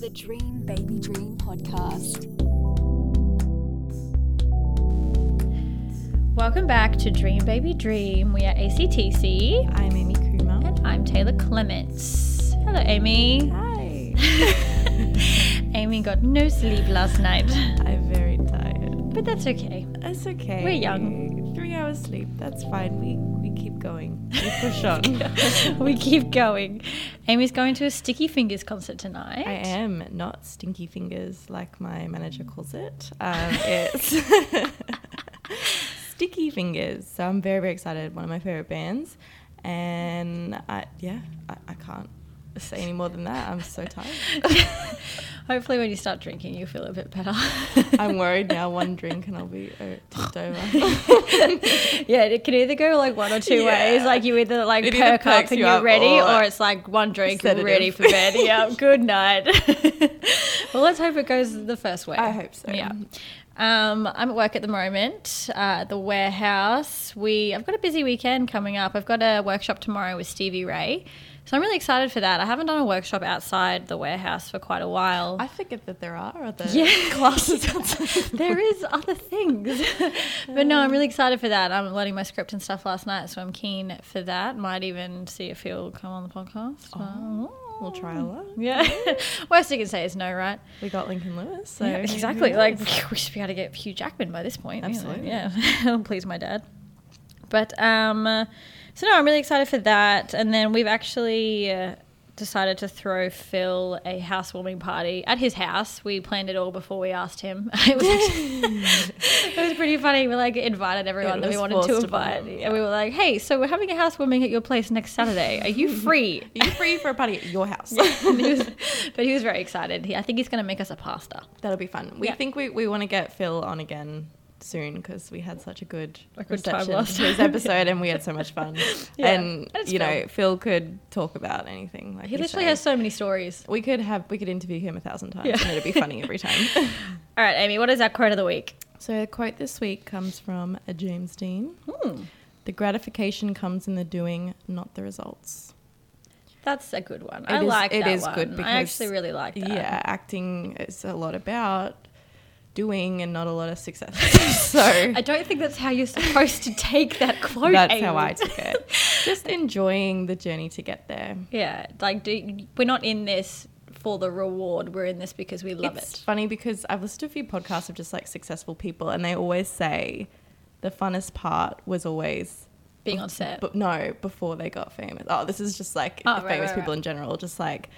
the Dream Baby Dream podcast. Welcome back to Dream Baby Dream. We are ACTC I'm Amy Kuma. and I'm Taylor Clements. Hello, Amy. Hi. Amy got no sleep last night, I'm very tired. but that's okay. It's okay. We're young. Three hours sleep. That's fine. We we keep going. We push on. we keep going. Amy's going to a Sticky Fingers concert tonight. I am not stinky fingers like my manager calls it. Um, it's sticky fingers. So I'm very very excited. One of my favorite bands, and I yeah I, I can't say any more than that. I'm so tired. Hopefully, when you start drinking, you'll feel a bit better. I'm worried now. One drink and I'll be uh, tipped over. yeah, it can either go like one or two Yeah. ways. Like you either like It either perk up perks and you you're up ready, or or it's like one drink, you're sedative. ready for bed. yeah, good night. well, let's hope it goes the first way. I hope so. Yeah. Um, I'm at work at the moment uh, at the warehouse. We I've got a busy weekend coming up. I've got a workshop tomorrow with Stevie Ray, so I'm really excited for that. I haven't done a workshop outside the warehouse for quite a while. I forget that there are other Yeah. classes outside. there is other things. but no, I'm really excited for that. I'm learning my script and stuff last night, so I'm keen for that. Might even see if he'll come on the podcast. Oh. We'll try a lot. Yeah. Worst you can say is no, right? We got Lincoln Lewis, so Yeah, exactly. Like we should be able to get Hugh Jackman by this point. you know. Absolutely. Yeah. Please my dad. But um so no, I'm really excited for that. And then we've actually uh, decided to throw Phil a housewarming party at his house. We planned it all before we asked him. It was, actually- it was pretty funny. We like invited everyone that we was wanted to forced upon invite. them, And we were like, "Hey, so we're having a housewarming at your place next Saturday. Are you free?" are you free for a party at your house? And he was- but he was very excited. He, I think he's going to make us a pasta. That'll be fun. We Yeah. think we, we want to get Phil on again soon because we had such a good, A good time reception last to his time. episode and we had so much fun. Yeah. And And it's you know, Phil could talk about anything. Like He you literally say. has so many stories. We could have we could interview him a thousand times Yeah. and it'd be funny every time. All right, Amy, what is our quote of the week? so the quote this week comes from a James Dean. Hmm, The gratification comes in the doing, not the results. that's a good one. It I is- like it that is good one. because- I actually really like that. yeah, acting is a lot about doing and not a lot of success. so I eh? don't think that's how you're supposed to take that quote. that's Amy. how I took it. Just enjoying the journey to get there. Yeah, like do, we're not in this for the reward. We're in this because we love it's it. funny because I've listened to a few podcasts of just like successful people, and they always say the funnest part was always. Being on set. But no, before they got famous. Oh, this is just like Oh, right, famous right, people right. in general, just like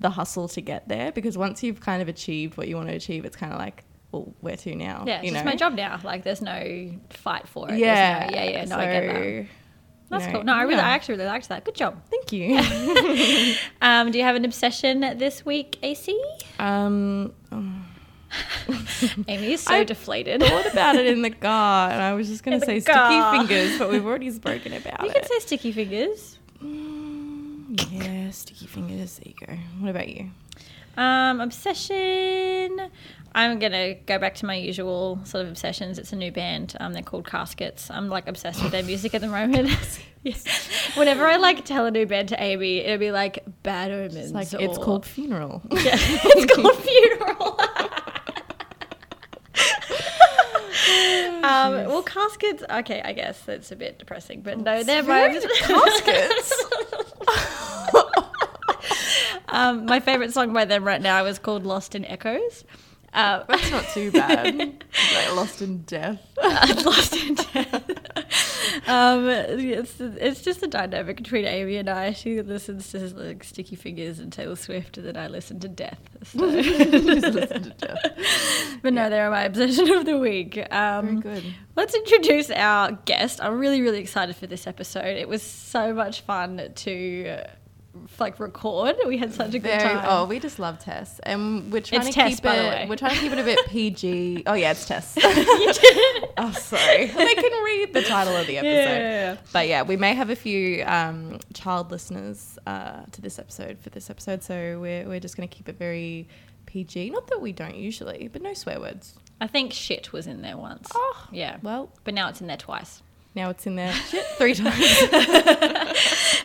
the hustle to get there. Because once you've kind of achieved what you want to achieve, it's kind of like, well, where to now? yeah, it's you just know? my job now. Like, there's no fight for it. There's Yeah, no- yeah, yeah. No, I get that. so, That's you know, cool. No, I really, yeah. I actually really liked that. Good job. Thank you. Um, do you have an obsession this week, AC? um, Amy is so I deflated. thought about it in the car, and I was just going In the to say car. sticky fingers, but we've already spoken about You it. can say sticky fingers. Mm, yeah, sticky fingers. There you go. What about you? Um, obsession. I'm gonna go back to my usual sort of obsessions. It's a new band. Um, they're called Caskets. I'm like obsessed with their music at the moment. Yes. Whenever I like tell a new band to Amy, it'll be like Bad Omens. It's like it's or- called funeral. Yeah, it's called Funeral. Oh, um, well, Caskets. Okay, I guess that's a bit depressing, but no, they're my Caskets. Um, my favorite song by them right now is called Lost in Echoes. Uh, That's not too bad. like lost in death. Lost in Death. um, it's, it's just the dynamic between Amy and I. She listens to like Sticky Fingers and Taylor Swift, and then I listen to Death. So. but no, they're my obsession of the week. Um, Very good. Let's introduce our guest. I'm really, really excited for this episode. It was so much fun to uh, like record. We had such a good Very, time. oh, we just love Tess, and we're trying It's to Tess, keep by the it. way. We're trying to keep it a bit PG. Oh yeah, it's Tess. oh sorry, they can read the title of the episode. Yeah. But yeah, we may have a few um, child listeners uh, to this episode for this episode, so we're we're just going to keep it very PG. Not that we don't usually, but no swear words. I think shit was in there once. Oh Yeah. well, But now it's in there twice. now it's in there shit three times.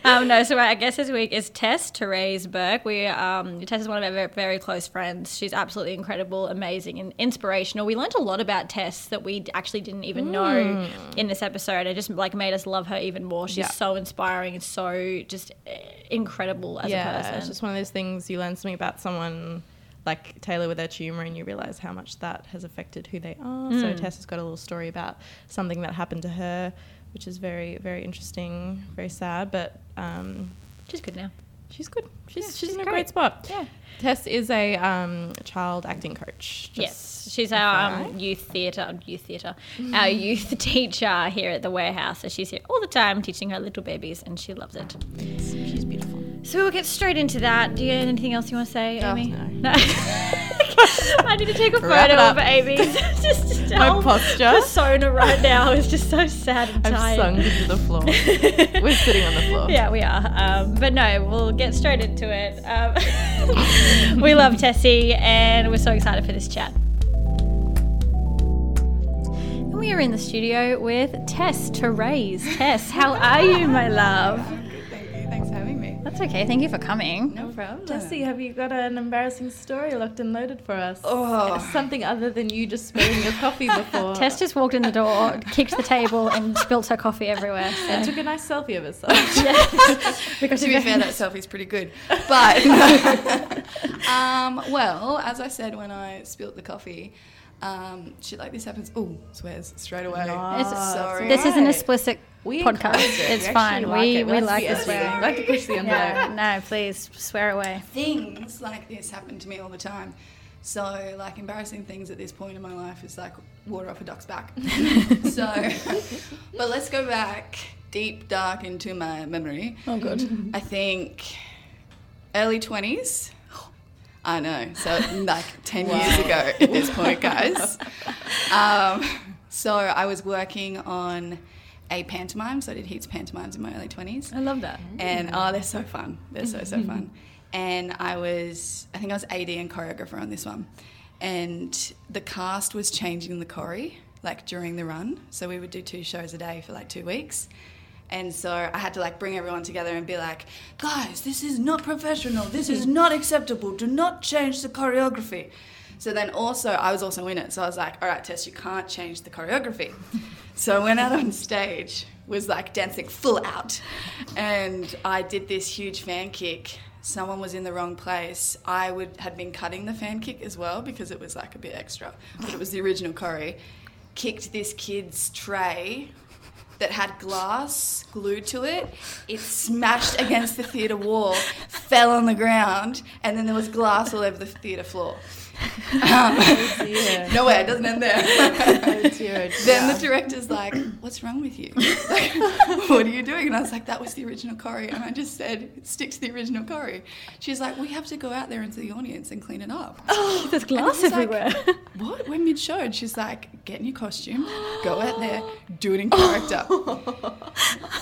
um, no, so our guest this week is Tess Therese Burke. We um, Tess is one of our very, very close friends. She's absolutely incredible, amazing, and inspirational. We learned a lot about Tess that we d- actually didn't even know in this episode. It just like made us love her even more. She's Hmm. Yeah. so inspiring and so just eh, incredible as yeah, a person. it's just one of those things you learn something about someone like Taylor with their tumor, and you realize how much that has affected who they are. So Mm. Tess has got a little story about something that happened to her, which is very, very interesting, very sad, but um, She's good now. she's good. She's Yeah, she's, she's in a great, great. spot. Yeah. Tess is a um, child acting coach. just yes, she's our um, FYI. youth theatre, youth theatre, our youth teacher here at the warehouse. So she's here all the time teaching her little babies, and she loves it. Yes, she's beautiful. So we'll get straight into that. Do you have anything else you want to say, Oh, Amy? no. I need to take a Wrap it photo of up. Amy. just, just My our posture. persona right now is just so sad and I've tired. sunk to the floor. We're sitting on the floor. Yeah, we are. Um, but no, we'll get straight into it. Um, we love Tessie, and we're so excited for this chat. And we are in the studio with Tess Therese. Tess, how are you, my love? Thank you. Thanks for having me. That's okay. Thank you for coming. No problem. Tessie, have you got an embarrassing story locked and loaded for us? Oh. Something other than you just spilling your coffee before. Tess just walked in the door, kicked the table, and spilt her coffee everywhere. I So. took a nice selfie of herself. Because To be fair, that selfie's pretty good. But, um, well, as I said when I spilt the coffee, um, shit like this happens. Ooh, swears straight away. No, It's- it's sorry. this is an Right. explicit We podcast. encourage it. It's We actually fine. like we it. We we like to like be this. editing. way. We like to push the No, envelope. no, please swear away. Things like this happen to me all the time. So, like, embarrassing things at this point in my life is like water off a duck's back. so, but let's go back deep, dark into my memory. Oh, good. I think early 20s. I know. So, like 10 years ago at this point, guys. Um, so, I was working on a pantomime. So, I did heaps of pantomimes in my early 20s. I love that. And oh, they're so fun. They're so, so fun. And I was, I think I was AD and choreographer on this one. And the cast was changing the chore like during the run. So we would do two shows a day for like two weeks. And so I had to like bring everyone together and be like, guys, this is not professional. This is not acceptable. Do not change the choreography. So then also, I was also in it. So I was like, all right, Tess, you can't change the choreography. So I went out on stage, was like dancing full out. And I did this huge fan kick. Someone was in the wrong place. I would had been cutting the fan kick as well because it was like a bit extra, but it was the original Corey. Kicked this kid's tray that had glass glued to it. It smashed against the theatre wall, fell on the ground, and then there was glass all over the theatre floor. Yeah. No way, it doesn't end there. Zero. Then the director's like, "What's wrong with you? Like, what are you doing?" And I was like, "That was the original Corey," and I just said, "Stick to the original Corey." She's like, "We have to go out there into the audience and clean it up." There's And I was glass like, everywhere. what? We're mid show. And she's like, get in your costume, go out there, do it in character.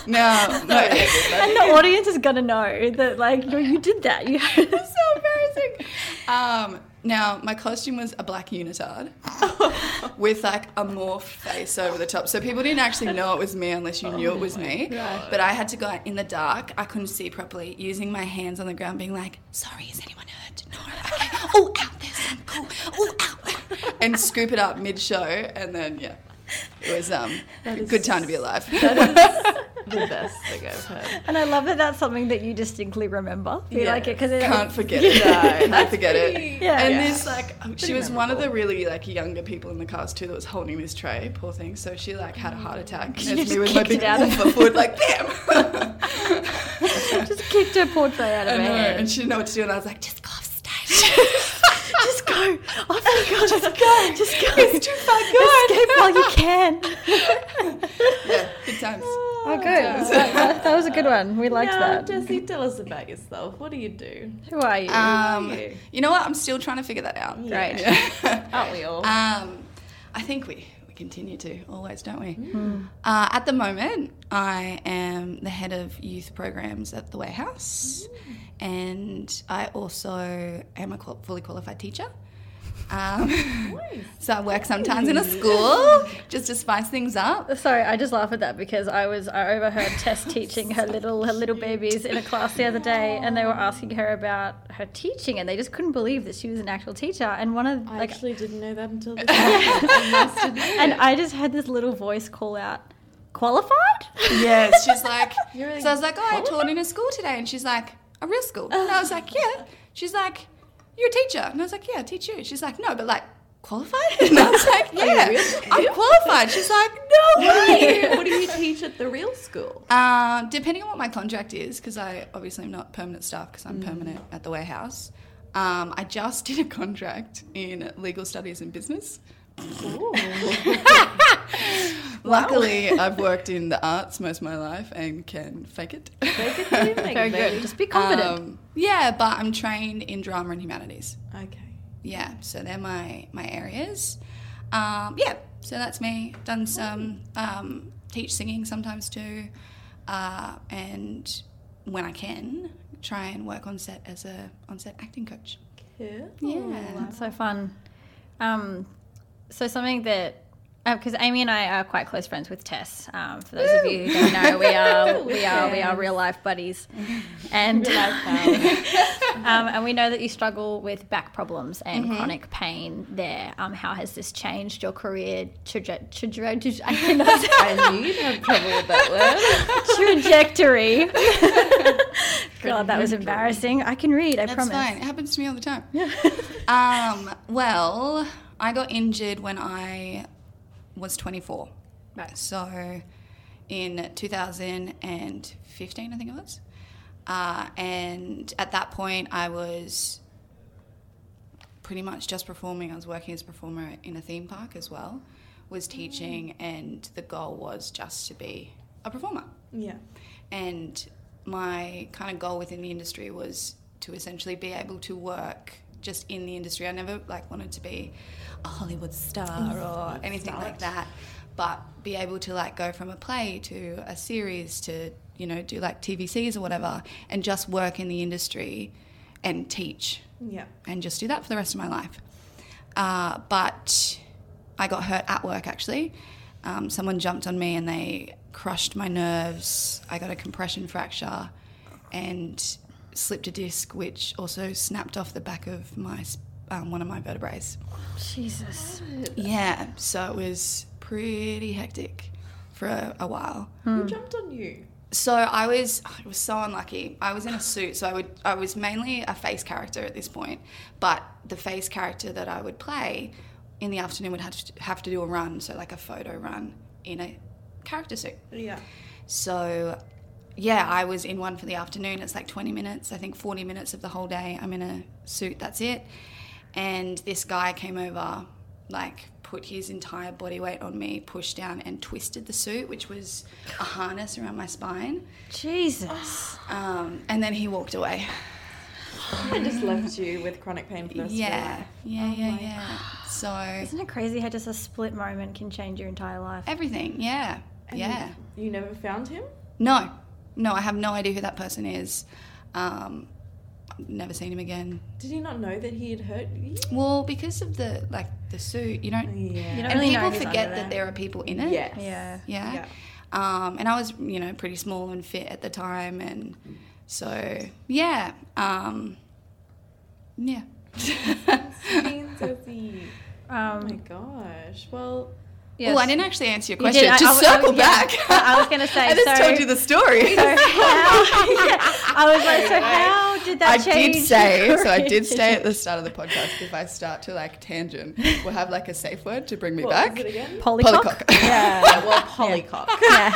no, no. and the audience is gonna know that, like, no, you did that. You. so embarrassing. Um, now my costume was a black unitard with like a morphed face over the top, so people didn't actually know it was me unless you knew it was me. But I had to go out in the dark. I couldn't see properly, using my hands on the ground, being like, "Sorry, is anyone hurt? No. Okay. Oh, ow, there's some cool. Oh, ow." And scoop it up mid-show, and then yeah, it was um a good time to be alive. the best thing I've heard. And I love that that's something that you distinctly remember. You Yeah. like it because Can't forget it. Can't forget it. Yeah. And Yeah. this like she was one of the really like younger people in the cast too that was holding this tray, poor thing. So she like had a heart attack. She Mm. just with my kicked it big out of- Oompa foot like bam. just kicked her portrait out I of know. her And hand. she didn't know what to do, and I was like, just go off stage. Just go. Oh my god, just go. Just go. It's too far Escape gone. while you can. yeah, good times. Oh, good. That, that- that was a good one. We liked Now, that. Tessie, tell us about yourself. What do you do? Who are you? Um, you. you know what? I'm still trying to figure that out. Great. Yeah. Oh, Aren't we all? Um, I think we, we continue to always, don't we? Uh, at the moment, I am the head of youth programs at the warehouse, and I also am a qual- fully qualified teacher. Um, so I work sometimes in a school just to spice things up. Sorry, I just laugh at that because I was I overheard Tess teaching her little her little babies in a class the other day, and they were asking her about her teaching, and they just couldn't believe that she was an actual teacher. And one of I like, actually didn't know that until this yeah. and I just had this little voice call out, qualified. Yes, she's like. You're like, so I was like, oh, I taught in a school today, and she's like, a real school. And I was like, yeah. She's like, you're a teacher, and I was like, yeah, I teach you. She's like, no, but like qualified. And I was like, yeah, I'm qualified. She's like, no way. what do you teach at the real school? Uh, depending on what my contract is, because I obviously am not permanent staff because Mm. I'm permanent at the warehouse. Um, I just did a contract in legal studies and business. Luckily, I've worked in the arts most of my life and can fake it. Fake it till you make Very it, good. Just be confident. Um, yeah, but I'm trained in drama and humanities. Um, Okay. Yeah, so they're my my areas. Um, yeah, so that's me. Done some um, teach singing sometimes too, uh, and when I can, try and work on set as a on set acting coach. Cool. Yeah. That's so fun. Um, so something that because Amy and I are quite close friends with Tess. Um, for those of you who don't know, we are we are we are real life buddies, and um, and we know that you struggle with back problems and chronic pain. There, um, how has this changed your career traje- traje- traje- I cannot say- I knew you'd have trouble with that word. trajectory? God, that was embarrassing. I can read. I That's promise. fine. It happens to me all the time. um, well, I got injured when I was 24. Right. So in 2015, I think it was. Uh, and at that point, I was pretty much just performing. I was working as a performer in a theme park as well, Mm. was teaching, and the goal was just to be a performer Yeah. and my kind of goal within the industry was to essentially be able to work just in the industry. I never like wanted to be a Hollywood star or anything like that, but be able to like go from a play to a series to you know do like TVCs or whatever, and just work in the industry and teach Yeah. and just do that for the rest of my life. Uh, but I got hurt at work actually. Um, someone jumped on me and they crushed my nerves. I got a compression fracture and slipped a disc, which also snapped off the back of my s- um, one of my vertebrae. Jesus. Yeah, so it was pretty hectic for a, a while. Who jumped on you? So I was oh, it was so unlucky. I was in a suit, so I would I was mainly a face character at this point, but the face character that I would play in the afternoon would have to have to do a run, so like a photo run in a character suit. Yeah. So yeah, I was in one for the afternoon. It's like 20 minutes, I think 40 minutes of the whole day. I'm in a suit, that's it. And this guy came over, like put his entire body weight on me, pushed down and twisted the suit, which was a harness around my spine. Jesus. Um, and then he walked away. I just left you with chronic pain for the rest of your Yeah, life. yeah, yeah, yeah. So Isn't it crazy how just a split moment can change your entire life? everything, yeah, And yeah. You never found him? No, no, I have no idea who that person is. Um, I've never seen him again. Did he not know that he had hurt you? Well, because of the like the suit, you don't. Yeah. You don't and really know people who's forget under that there. there are people in it. Yes. Yeah. Yeah. Yeah. Um, and I was, you know, pretty small and fit at the time, and so yeah, um, yeah. Beans, Ozzy. Oh my Um, gosh. Well, yes. Oh, I didn't actually answer your You question. did. I- to I was- I was- circle yeah. back, I was gonna say, I just so- told you the story. So how- I was like, so how did that I change? did say, your so I career? did say at the start of the podcast, if I start to like tangent, we'll have like a safe word to bring me what back. was it again? Polycock. Polycock. Yeah. Well, polycock. yeah.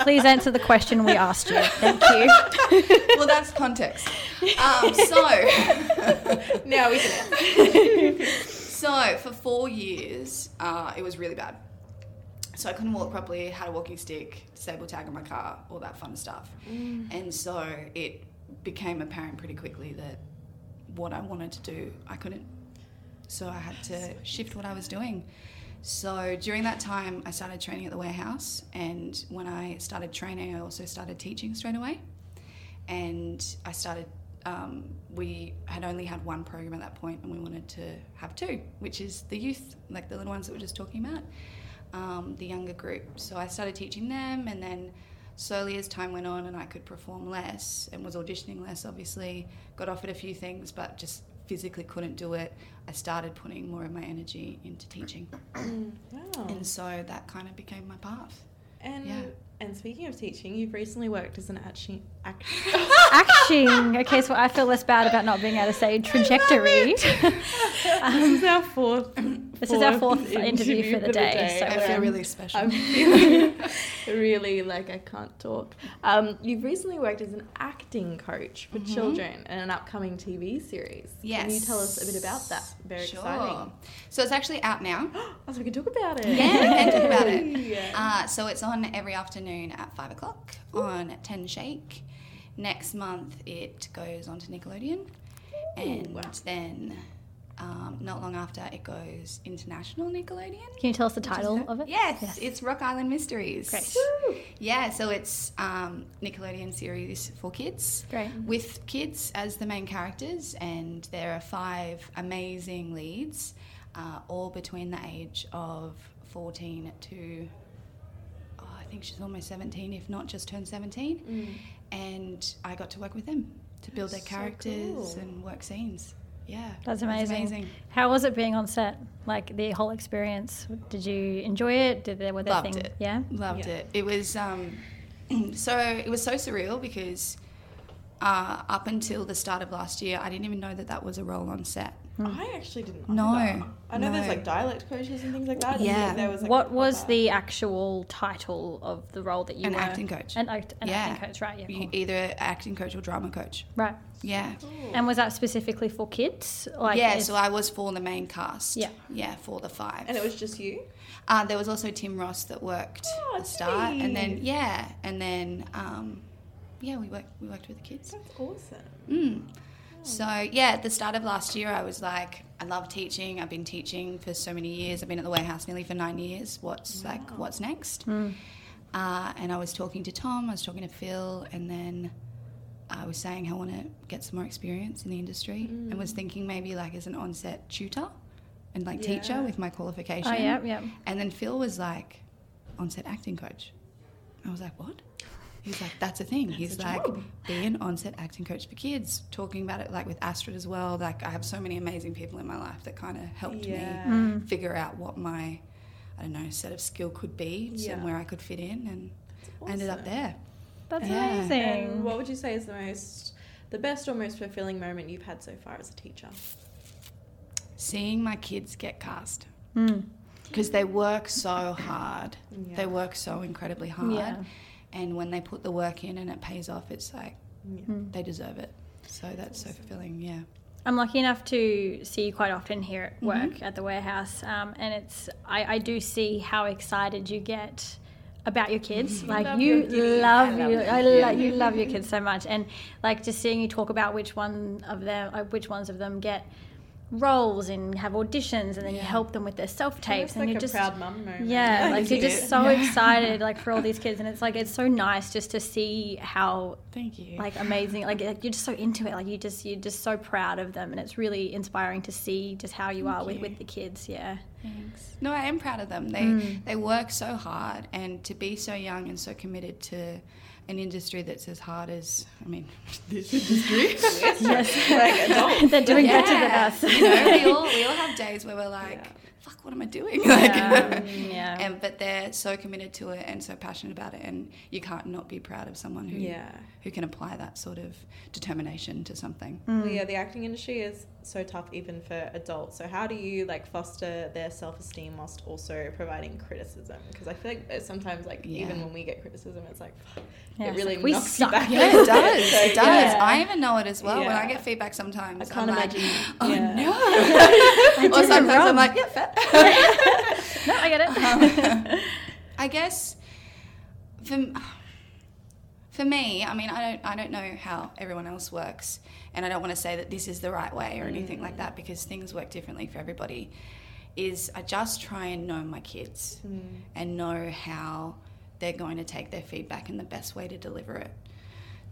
Please answer the question we asked you. Thank you. well, that's context. Um, so. now we can. So for four years, uh, it was really bad. So I couldn't walk properly, had a walking stick, disabled tag on my car, all that fun stuff. Mm. And so it became apparent pretty quickly that what I wanted to do, I couldn't. So I had to shift what I was doing. So during that time, I started training at the warehouse. And when I started training, I also started teaching straight away. And I started um, we had only had one program at that point and we wanted to have two, which is the youth, like the little ones that we're just talking about, um, the younger group. So I started teaching them and then slowly as time went on and I could perform less and was auditioning less, obviously, got offered a few things but just physically couldn't do it, I started putting more of my energy into teaching. Wow. And so that kind of became my path. And yeah. and speaking of teaching, you've recently worked as an action action Acting. Okay, so I feel less bad about not being able to say trajectory. this is our fourth. This is our fourth interview for the day, so I we're- feel um, really special. I'm feeling really like I can't talk. Um, you've recently worked as an acting coach for Mm-hmm. children in an upcoming TV series. Can you tell us a bit about that? Very Sure. exciting. So it's actually out now. Oh, so we can talk about it. Yeah, we can talk about it. Yeah. Uh, so it's on every afternoon at five o'clock on Ten Shake. Next month it goes on to Nickelodeon, and then um, not long after it goes international Nickelodeon. Can you tell us the which is title her- of it? Yes, it's Rock Island Mysteries. Great. Yeah, so it's um, Nickelodeon series for kids. Great. Mm-hmm. With kids as the main characters, and there are five amazing leads, uh, all between the age of 14 to, oh, I think she's almost 17, if not just turned 17. And I got to work with them to build their Mm. so characters cool. and work scenes. Yeah. That's it was amazing. How was it being on set? Like the whole experience? Did you enjoy it? Did there were there Loved things? it. Yeah. Loved Yeah. it. It was um, so it was so surreal because uh, up until the start of last year, I didn't even know that that was a role on set. I actually didn't. No, either. I know there's no. like dialect coaches and things like that. and Yeah. there was, like, a what was proper- the actual title of the role that you An were acting coach. An, act, an Yeah. acting coach, right? Yeah. You- cool. Either acting coach or drama coach. Right. Yeah. And was that specifically for kids? Like yeah, is- so I was for the main cast. Oh, Yeah. Yeah, for the five. And it was just you. uh, there was also Tim Ross that worked Oh, at the start. And then geez. yeah. And then um, yeah, we worked we worked with the kids. That's awesome. Mm. So yeah, at the start of last year, I was like, I love teaching. I've been teaching for so many years. I've been at the warehouse nearly for nine years. What's like, what's next? Hmm. Uh, and I was talking to Tom. I was talking to Phil, and then I was saying I want to get some more experience in the industry, and Hmm. was thinking maybe like as an onset tutor and like teacher Yeah. with my qualification. Oh yeah, yeah. And then Phil was like, onset acting coach. I was like, what? He's like, that's a thing. He's like, be an onset acting coach for kids. Talking about it like with Astrid as well. Like, I have so many amazing people in my life that kind of helped Yeah. Mm. me figure out what my, I don't know, set of skill could be Yeah. and where I could fit in. And I ended up Awesome. there. That's Yeah. amazing. And what would you say is the most, the best or most fulfilling moment you've had so far as a teacher? Seeing my kids get cast Mm. because they work so hard. Yeah. They work so incredibly hard. Yeah. And when they put the work in and it pays off, it's like, Yeah. Hmm. they deserve it. So that's so fulfilling, yeah. I'm lucky enough to see you quite often here Mm-hmm. at work at the warehouse, um, and it's I, I do see how excited you get about your kids. Like love you your kids. love, I love you, them. I lo- you love your kids so much, and like just seeing you talk about which one of them, uh, which ones of them get roles and have auditions, and then you Yeah. help them with their self It's tapes, and like you're a just proud mum moment. yeah, Yeah, like you you're do. just so Yeah. excited, like for all these kids, and it's like it's so nice just to see how Thank you. like amazing like like, you're just so into it like you just you're just so proud of them and it's really inspiring to see just how you are with you. with the kids yeah Thanks. No, I am proud of them. They Hmm. they work so hard and to be so young and so committed to an industry that's as hard as I mean this industry. yes they're doing better than us you know, we all we all have days where we're like, Yeah. fuck what am I doing? Like yeah, Um, yeah. and but they're so committed to it and so passionate about it and you can't not be proud of someone who Yeah. who can apply that sort of determination to something. Well, yeah, the acting industry is so tough even for adults. So how do you like foster their self-esteem whilst also providing criticism? Because I feel like sometimes like Yeah. even when we get criticism, it's like fuck, Yeah, it it's really like, we knocks suck. you back. Yeah, it does. It So, does. Yeah. I even know it as well. When I Yeah. get feedback sometimes, I can't I'm like, imagine. oh yeah. no. or sometimes I'm like, yeah, fat. no i get it I guess for, m- for me, I mean, I don't, I don't know how everyone else works, and I don't want to say that this is the right way or anything like Mm. that because things work differently for everybody. Is I just try and know my kids Mm. and know how they're going to take their feedback and the best way to deliver it.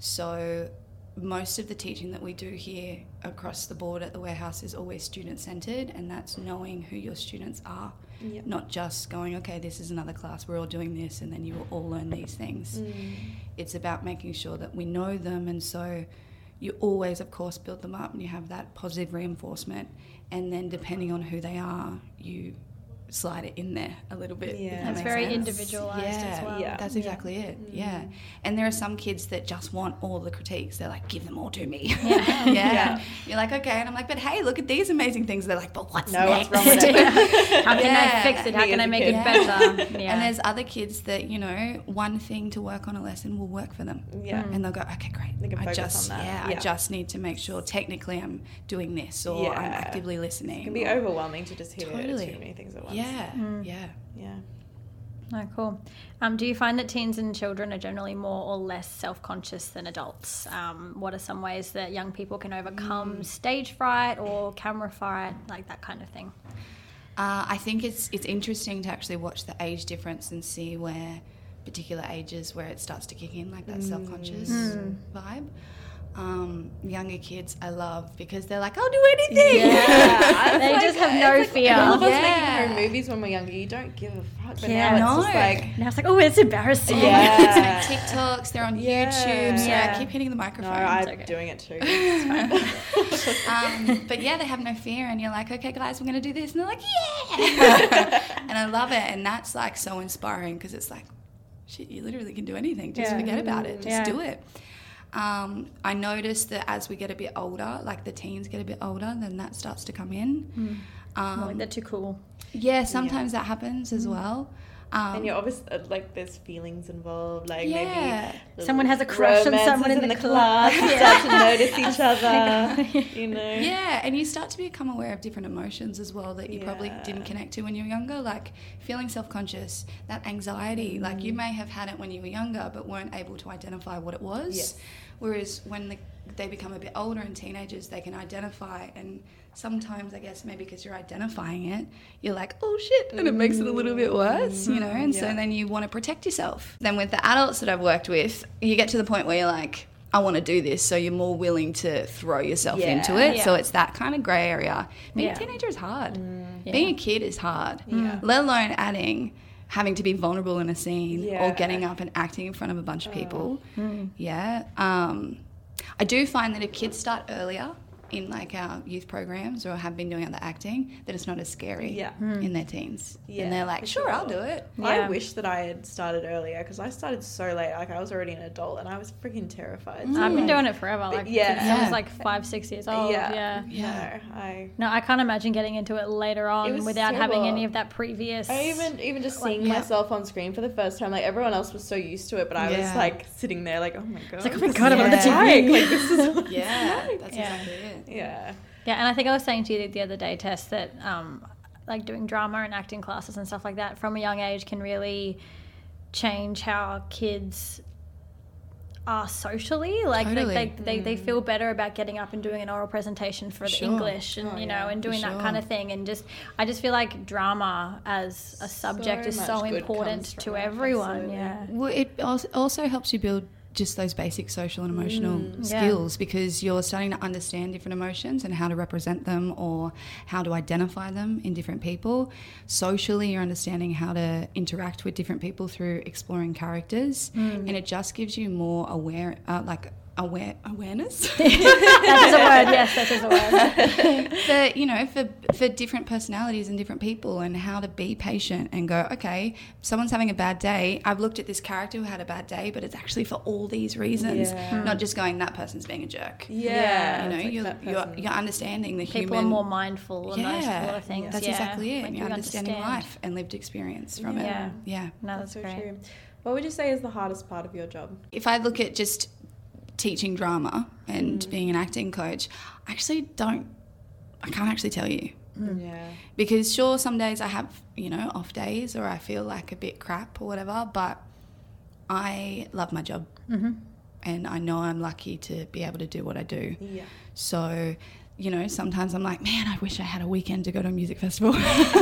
So most of the teaching that we do here across the board at the warehouse is always student centered, and that's knowing who your students are, Yep. not just going, okay, this is another class, we're all doing this, and then you will all learn these things. Mm. It's about making sure that we know them, and so you always, of course, build them up and you have that positive reinforcement, and then depending on who they are, you slide it in there a little bit. if Yeah. that That's makes very sense. individualized as yeah, well. Yeah. Mm-hmm. That's exactly it. Yeah. And there are some kids that just want all the critiques. They're like, give them all to me. Yeah. Yeah. You're like, okay. And I'm like, but hey, look at these amazing things. They're like, but what's No, next? what's wrong with it? How can Yeah. I fix it? How Me can I as a make kid. it better? And Yeah. there's other kids that, you know, one thing to work on a lesson will work for them. Yeah. And they'll go, okay, great. They can I focus just, on that. Yeah, Yeah. I just need to make sure technically I'm doing this or Yeah. I'm actively listening. It can be or- overwhelming to just hear Totally. too many things at once. Yeah. Yeah. Yeah. No, cool. Um, do you find that teens and children are generally more or less self conscious than adults? Um, what are some ways that young people can Mm. overcome stage fright or camera fright, like that kind of thing? Uh, I think it's it's interesting to actually watch the age difference and see where particular ages where it starts to kick in, like that self-conscious Mm. vibe. Um, younger kids, I love because they're like, "I'll do anything." they just have no fear. All of us Yeah. making our own movies when we're younger, you don't give a fuck. But Yeah. now it's just No. like, now it's like, oh, it's embarrassing. Yeah. Kids make TikToks. They're on Yeah. YouTube. So Yeah. I keep hitting the microphone. no, I'm okay. doing it too. um, but yeah, they have no fear, and you're like, okay, guys, we're going to do this. And they're like, yeah. and I love it. And that's like so inspiring because it's like, shit, you literally can do anything. Just Yeah. forget about it, just Yeah. do it. Um, I noticed that as we get a bit older, like the teens get a bit older, then that starts to come in. Um, Like, they're too cool. yeah, sometimes that happens as well. Um, and you're obviously like there's feelings involved, like Yeah. maybe little Someone has a crush on romances someone in the class. You start to notice each other, you know. Yeah, and you start to become aware of different emotions as well that you probably Yeah. didn't connect to when you were younger, like feeling self conscious, that anxiety. Like Mm. you may have had it when you were younger, but weren't able to identify what it was. Yes. Whereas when the, they become a bit older and teenagers, they can identify. And sometimes, I guess, maybe because you're identifying it, you're like, oh shit, and it makes it a little bit worse, you know? And so Yeah. then you want to protect yourself. Then with the adults that I've worked with, you get to the point where you're like, I want to do this, so you're more willing to throw yourself Yeah. Mm, into it. Yeah. So it's that kind of grey area. Being Yeah. a teenager is hard. Yeah. Being a kid is hard. Mm. Yeah. Let alone adding having to be vulnerable in a scene Yeah. Oh. or getting up and acting in front of a bunch of people. Mm. Yeah. Um, I do find that if kids start earlier in like our youth programs or have been doing other acting, that it's not as scary Yeah. Mm. in their teens. Yeah, and they're for like, sure, I'll do sure. it. Yeah. I wish that I had started earlier because I started so late. Like I was already an adult and I was freaking terrified. I've been doing it forever. Like, yeah. since I was Yeah. like five, six years old. yeah. Yeah. Yeah. No, I No, I can't imagine getting into it later on was without having terrible. any of that previous. I even even just Like, seeing yeah. myself on screen for the first time, like everyone else was so used to it, but I was Yeah. like sitting there, like, oh my god, like, oh my this God, is I'm on the what TV. it's Like, this is what Yeah, it's like. that's Yeah. exactly it. yeah, Yeah, and I think I was saying to you the other day, Tess, that um, like doing drama and acting classes and stuff like that from a young age can really change how kids are socially. Like Totally. they, they, they, they Hmm. feel better about getting up and doing an oral presentation for Sure. the English Oh, and you know and doing that kind sure. of thing. And just I just feel like drama as a subject is much so good important comes to from it, everyone. absolutely. Yeah. Well, it als- also helps you build just those basic social and emotional Mm, yeah. skills because you're starting to understand different emotions and how to represent them or how to identify them in different people. Socially, you're understanding how to interact with different people through exploring characters, Mm. and it just gives you more aware, uh, like aware awareness. That is a word, yes, that is a word. for you know for for different personalities and different people and how to be patient and go okay someone's having a bad day i've looked at this character who had a bad day but it's actually for all these reasons Hmm. Yeah. not just going that person's being a jerk yeah. you know It's like you're, that you're person. you're understanding the People human are more mindful and those yeah sort of things. that's yeah. exactly it Like, and we you're understanding understand. life and lived experience from Yeah. it yeah No, that's, That's so great. true. What would you say is the hardest part of your job? if I look at just teaching drama and Hmm. being an acting coach, I actually don't, I can't actually tell you. Yeah, Because sure, some days I have, you know, off days or I feel like a bit crap or whatever, but I love my job. And I know I'm lucky to be able to do what I do. yeah. So, you know, sometimes I'm like, man, I wish I had a weekend to go to a music festival.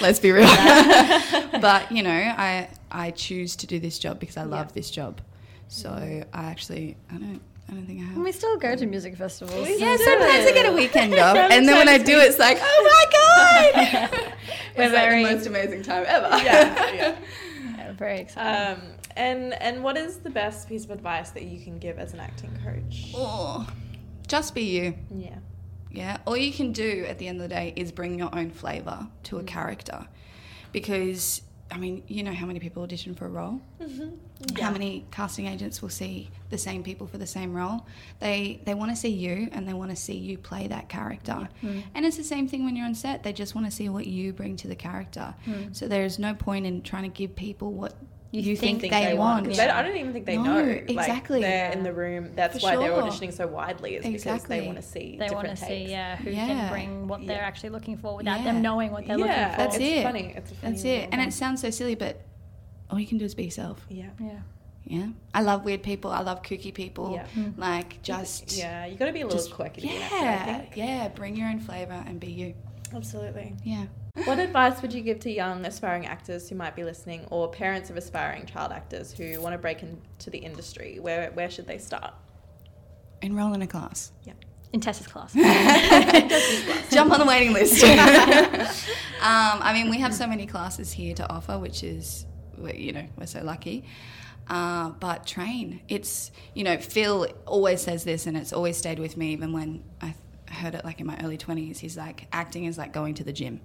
Let's be real. but, you know, I I choose to do this job because I love this job. So I actually I don't I don't think I have. We still go to music festivals. Yeah, sometimes I get a weekend off, and then when I do, it's like, oh my god, We're it's like very- the most amazing time ever. Yeah, yeah. Yeah, very excited. Um, and and what is the best piece of advice that you can give as an acting coach? Oh, just be you. Yeah. Yeah. All you can do at the end of the day is bring your own flavor to a character, because I mean, you know how many people audition for a role. How many casting agents will see the same people for the same role? They they want to see you and they want to see you play that character. And it's the same thing when you're on set. They just want to see what you bring to the character. So there is no point in trying to give people what Mm. you, think, they, want. 'Cause they- I don't even think they No, know. exactly. Like, they're in the room. That's For why they're sure. auditioning so widely. Is because Exactly. they want to see. they want to see, yeah, who Yeah. can bring what they're Yeah. actually looking for without Yeah. them knowing what they're yeah, looking for. That's it's it. Funny. It's a funny. That's it. little And one. it sounds so silly, but all you can do is be yourself. yeah. yeah. Yeah. I love weird people. I love kooky people. Yeah. Like just Yeah, you got to be a little just- quirky. to be an actor, I Yeah. think. Yeah. Bring your own flavor and be you. absolutely. Yeah. What advice would you give to young aspiring actors who might be listening, or parents of aspiring child actors who want to break into the industry? Where where should they start? Enroll in a class. In Tessa's class. Jump on the waiting list. um, I mean, we have so many classes here to offer, which is, we- you know, we're so lucky. Uh, but train. It's, you know, Phil always says this, and it's always stayed with me, even when I heard it like in my early 20s. He's like, acting is like going to the gym.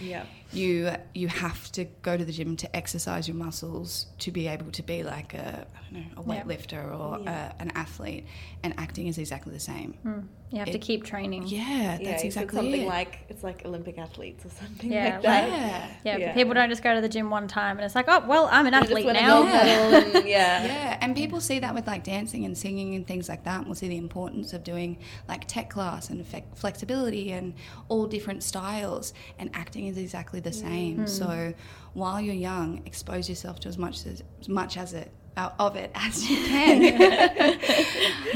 Yeah, you you have to go to the gym to exercise your muscles to be able to be like a I don't know a Yeah. weightlifter or Yeah. Hmm. a, an athlete, and acting is exactly the same. Mm. You have to It- keep training. Yeah, Yeah, yeah. you that's said exactly something it. like it's like Olympic athletes or something Yeah, like that. yeah. Yeah. people don't just go to the gym one time and it's like, oh, well, I'm an You just athlete win a now. gold medal and- yeah. Yeah, and people see that with like dancing and singing and things like that, and will see the importance of doing like tech class and flex- flexibility and all different styles. And acting is exactly the same. So while you're young, expose yourself to as much as, as much as it uh, of it as you can.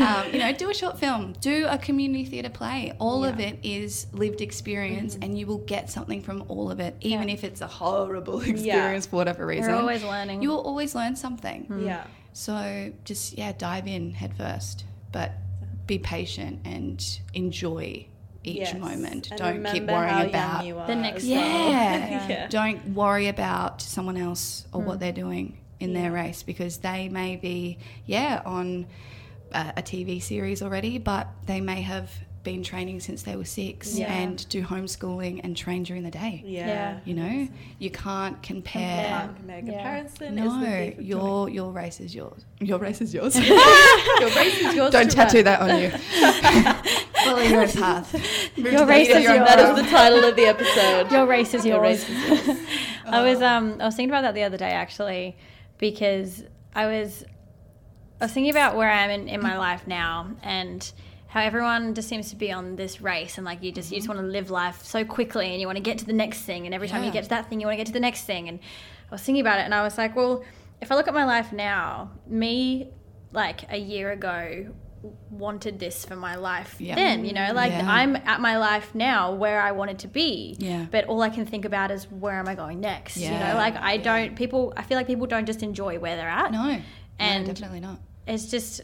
um, you know, do a short film, do a community theatre play. All of it is lived experience, and you will get something from all of it, even if it's a horrible experience for whatever reason. You're always learning. You will always learn something. Yeah. So just yeah, dive in head first, but be patient and enjoy each Yes. moment. And Don't keep remember worrying how young about you are The next as step. well. yeah. Yeah. Mm. Don't worry about someone else or what they're doing in their race because they may be yeah on a, a TV series already, but they may have been training since they were six Yeah. and do homeschooling and train during the day. Yeah. You know, you can't compare Can't compare Yeah. comparison. is the no, thief of joy. your your race is yours. Your race is yours. Your race is yours Don't to tattoo run. that on you. Follow your own path. Your race is yours. That is the title of the episode. Your race is Your yours. race is yours. Uh, I was um I was thinking about that the other day actually because I was I was thinking about where I am in, in my life now and how everyone just seems to be on this race and like you just you Mm-hmm. just want to live life so quickly and you want to get to the next thing and every time you Yeah. get to that thing you want to get to the next thing and I was thinking about it and I was like well if I look at my life now me like a year ago wanted this for my life Yeah. then you know like Yeah. I'm at my life now where I wanted to be Yeah. but all I can think about is where am I going next? You Yeah. know, like I don't people. I feel like people don't just enjoy where they're at. No, And- no, definitely not. It's just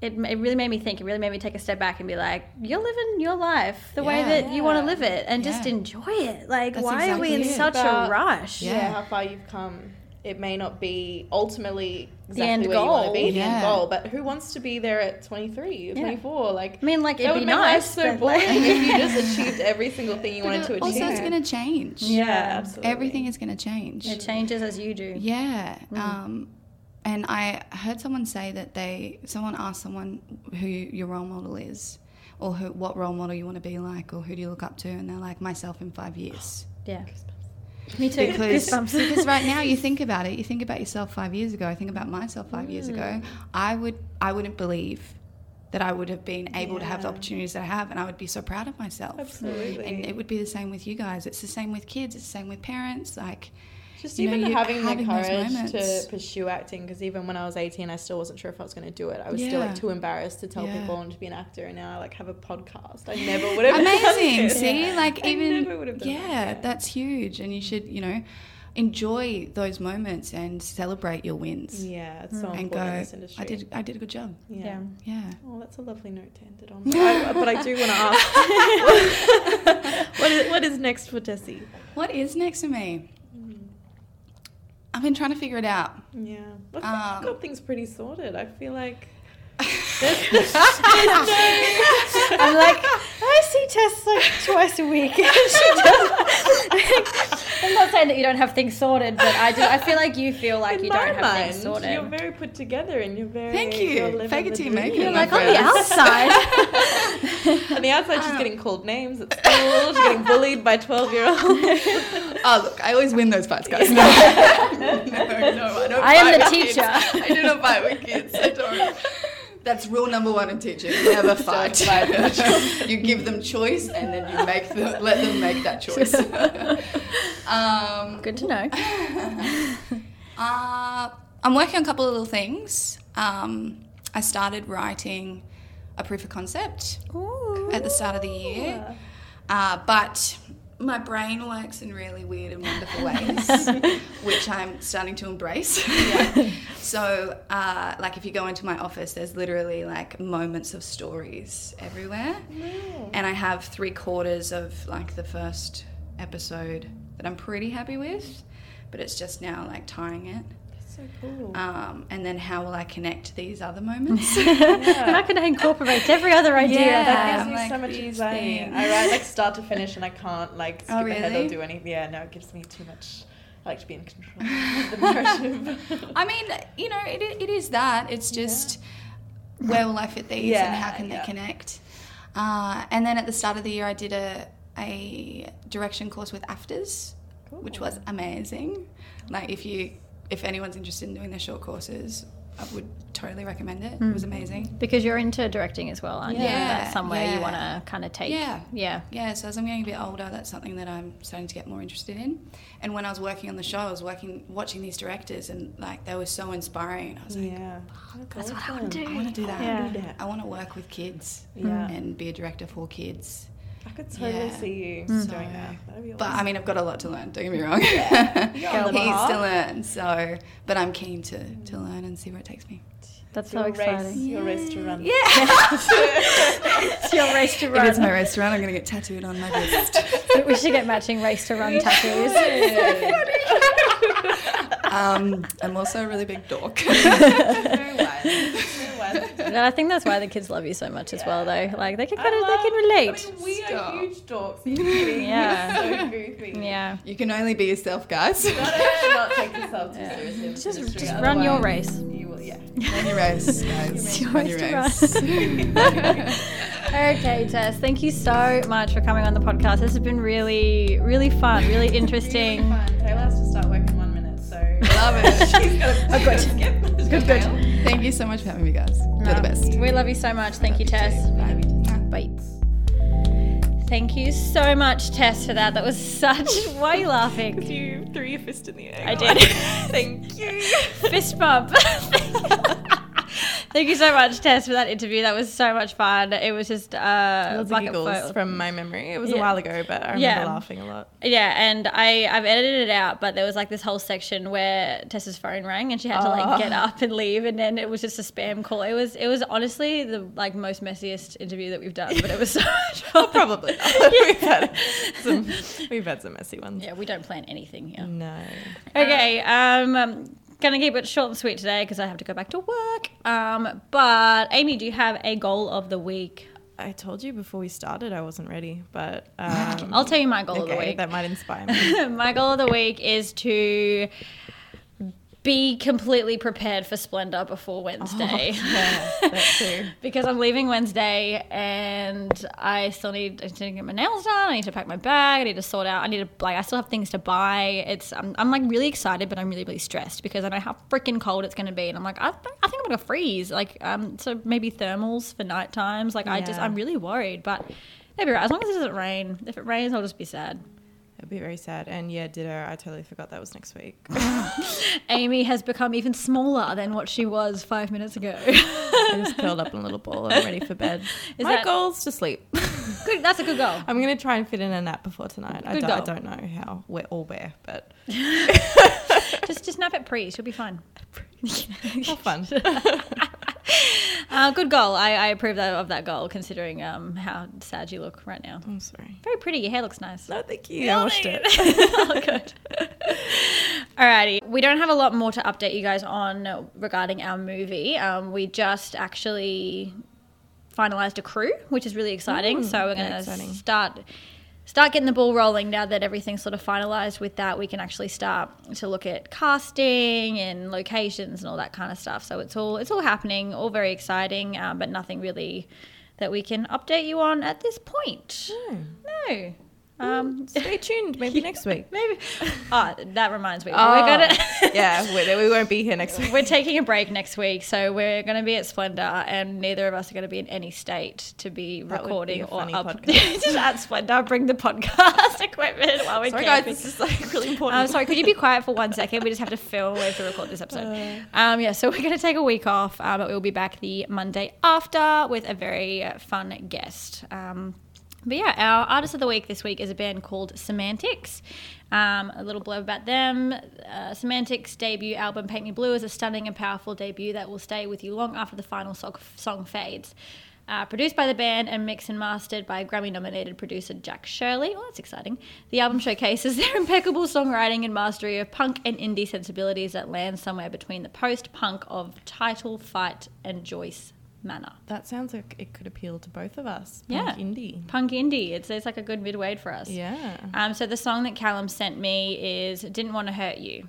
it, it really made me think. It really made me take a step back and be like, you're living your life the way Yeah. that you want to live it, and just Yeah. enjoy it. Like, That's why are we in exactly such it. About- a rush? yeah. Yeah. how far you've come. It may not be ultimately exactly end where you want goal. to be, the end Yeah. goal, but who wants to be there at 23, Yeah. 24? Like, I mean, like that it'd would be make life nice. so but, like- boring if you just achieved every single thing you wanted to achieve. also, it's going to change. yeah, absolutely. Mm. Everything is going to change. it changes as you do. Yeah. Um, and I heard someone say that they, someone asked someone who your role model is or who, what role model you want to be like or who do you look up to, and they're like, myself in five years. Yeah. Me too. because, Goosebumps. because right now you think about it you think about yourself five years ago i think about myself five years ago Mm. i would i wouldn't believe that i would have been able to have the opportunities that i have and i would be so proud of myself Absolutely. and it would be the same with you guys it's the same with kids it's the same with parents like Just you know, even you're having, having the those courage to moments. pursue acting, because even when I was 18, I still wasn't sure if I was going to do it. I was still Yeah. like too embarrassed to tell Yeah. people I wanted to be an actor, and now I like have a podcast. I never would have done amazing it. see like I even never would have done yeah that's huge and you should you know enjoy those moments and celebrate your wins Yeah, it's so and important go. in this industry. I did. I did a good job. Yeah. Yeah. Yeah. Oh, that's a lovely note to end it on. But I, but I do want to ask, what is, what is next for Tessie? What is next to me? Mm-hmm. I've been trying to figure it out. Yeah, I think Um, you've got things pretty sorted. I feel like I'm like, I see Tess like twice a week. she does. I'm not saying that you don't have things sorted, but I do. I feel like you feel like in you my don't have mind, things sorted. you're very put together and you're very. Thank you're you. living Fake it the till you dream. make it. like on the outside. On the outside, she's Um, getting called names at school. She's getting bullied by twelve-year-olds. Oh look, I always win those fights, guys. No, no, I don't. I am the fight with kids. teacher. I do not fight with kids. I don't. That's rule number one in teaching: never fight. you give them choice, and then you make them let them make that choice. um, Good to know. uh, I'm working on a couple of little things. Um, I started writing a proof of concept at the start of the year, uh, but my brain works in really weird and wonderful ways, which I'm starting to embrace. So, uh, like, if you go into my office, there's literally like moments of stories everywhere, and I have three quarters of like the first episode that I'm pretty happy with, but it's just now like tying it. so cool. Um, and then how will I connect these other moments? And I can incorporate every other idea. Yeah. That I'm gives me like, so much these anxiety. things. I write like start to finish and I can't like skip Oh, ahead really? or do anything. Yeah, no, it gives me too much. I like to be in control of the narrative. I mean, you know, it, it is that. It's just where will I fit these and Yeah, how can yeah. they connect? Uh, and then at the start of the year, I did a, a direction course with AFTERS, which was amazing. Like, if you if anyone's interested in doing their short courses, I would totally recommend it. It was Hmm. amazing. Because you're into directing as well, aren't you? Yeah. That's somewhere Yeah. you want to kind of take. Yeah. Yeah. Yeah, so as I'm getting a bit older, that's something that I'm starting to get more interested in. And when I was working on the show, I was working watching these directors, and like they were so inspiring. I was like, yeah, That's what I want to I do. want to do that. Yeah. do that. I want to work with kids Yeah. and be a director for kids. I could totally Yeah. see you doing that. That'd be awesome. But I mean, I've got a lot to learn. Don't get me wrong. got a He's lot. to learn. So, but I'm keen to to learn and see where it takes me. That's so your race, exciting. your race to run. It's your race to If it's run. my restaurant, I'm gonna get tattooed on my wrist. we should get matching race to run tattoos. um, I'm also a really big dork. Very wise. Very wise. And I think that's why the kids love you so much as well, though. Like they can I kind of they love- can relate. I mean, we Stop. are huge dorks. You're kidding. Yeah. We're so goofy. yeah. You can only be yourself, guys. Not, not take yourself too seriously. in this Just industry, just run your otherwise- race. You will, yeah. Run your race, guys. Your Run race your to race. Okay, Tess. Thank you so much for coming on the podcast. This has been really, really fun, really Really interesting. fun. Taylor has to start work in one minute, so Love it. she's got to skip. Good, good. Thank you so much for having me, guys. You're the best. We love you so much. Thank you, Tess. Bye. Thank you so much, Tess, for that. That was such. Why are you laughing? You threw your fist in the air. I did. Thank you. Fist bump. Thank you so much, Tess, for that interview. That was so much fun. It was just uh, Lots of bucket giggles full. from my memory. It was Yeah. a while ago, but I remember Yeah. laughing a lot. Yeah, and I I've edited it out, but there was like this whole section where Tessa's phone rang and she had to Oh. like get up and leave, and then it was just a spam call. It was it was honestly the like most messiest interview that we've done, but it was so much fun. Probably. not. we've, had some, we've had some messy ones. Yeah, we don't plan anything here. No. Okay, um, I'm gonna keep it short and sweet today because I have to go back to work. Um, but Amy, do you have a goal of the week? I told you before we started I wasn't ready, but um, I'll tell you my goal of the okay, week. that might inspire me. my goal of the week is to be completely prepared for Splendor before Wednesday. Oh, yeah, that too. because I'm leaving Wednesday and I still need I need to get my nails done. I need to pack my bag. I need to sort out. I need to like I still have things to buy. It's I'm, I'm like really excited, but I'm really really stressed because I know how freaking cold it's going to be, and I'm like I, think I think I'm gonna freeze. Like um, so maybe thermals for night times. Like I just Yeah. I'm really worried, but maybe right. as long as it doesn't rain. If it rains, I'll just be sad. It'd be very sad. And yeah, ditto. I totally forgot that was next week. Amy has become even smaller than what she was five minutes ago. I just curled up in a little ball and I'm ready for bed. Is My that- goal's to sleep. good, that's a good goal. I'm gonna try and fit in a nap before tonight. I Good don't, I goal. don't know how we're all where, but Just just nap at pre. She'll be fine. have fun. Uh, good goal. I, I approve that, of that goal, considering um, how sad you look right now. I'm sorry. Very pretty. Your hair looks nice. No, Oh, thank you. I watched it. oh, good. Alrighty. We don't have a lot more to update you guys on regarding our movie. Um, we just actually finalized a crew, which is really exciting. so we're very going to exciting. start start getting the ball rolling now that everything's sort of finalized with that we can actually start to look at casting and locations and all that kind of stuff so it's all it's all happening all very exciting um, but nothing really that we can update you on at this point no um, Stay tuned. Maybe next week. Maybe. Oh, that reminds me. We're Oh. gonna. Yeah, we, we won't be here next week. We're taking a break next week, so we're going to be at Splendor, and neither of us are going to be in any state to be That would be recording a or funny up. podcast. just at Splendor, bring the podcast equipment while we Sorry, can. guys. Um, This is like really important. I'm Um, sorry, could you be quiet for one second? We just have to film. We have to record this episode. Um, yeah, so we're going to take a week off, uh, but we'll be back the Monday after with a very uh, fun guest. Um, but yeah, our artist of the week this week is a band called Semantics. Um, a little blurb about them. Uh, Semantics' debut album, Paint Me Blue, is a stunning and powerful debut that will stay with you long after the final song, song fades. Uh, produced by the band and mixed and mastered by Grammy nominated producer Jack Shirley. Oh, that's exciting. The album showcases their impeccable songwriting and mastery of punk and indie sensibilities that land somewhere between the post punk of Title, Fight, and Joyce Manor. That sounds like it could appeal to both of us. Yeah. Punk indie. Punk indie, it's, it's like a good midway for us. Yeah. Um, so the song that Callum sent me is Didn't Want to Hurt You.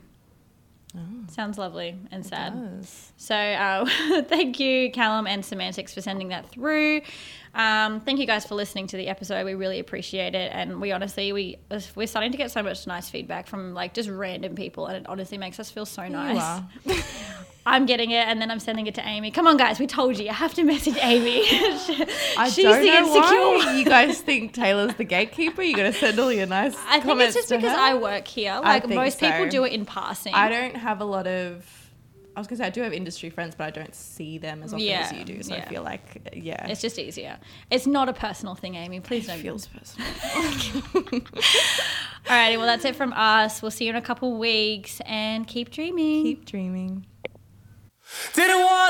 Sounds lovely and sad. Does. So uh, thank you, Callum and Semantics, for sending that through. Um, thank you guys for listening to the episode. We really appreciate it, and we honestly we we're starting to get so much nice feedback from like just random people, and it honestly makes us feel so nice. are. I'm getting it, and then I'm sending it to Amy. Come on, guys, we told you. You have to message Amy. I She's don't the know insecure. why you guys think Taylor's the gatekeeper. You're gonna send all your nice I think it's comments just to because her? I work here. Like think most people so. do it in passing. I don't have a lot of. I was gonna say I do have industry friends, but I don't see them as often as Yeah, you do. So yeah. I feel like yeah, It's just easier. It's not a personal thing, Amy. Please don't. it feels personal. Alrighty, well that's it from us. We'll see you in a couple weeks and keep dreaming. Keep dreaming. Didn't want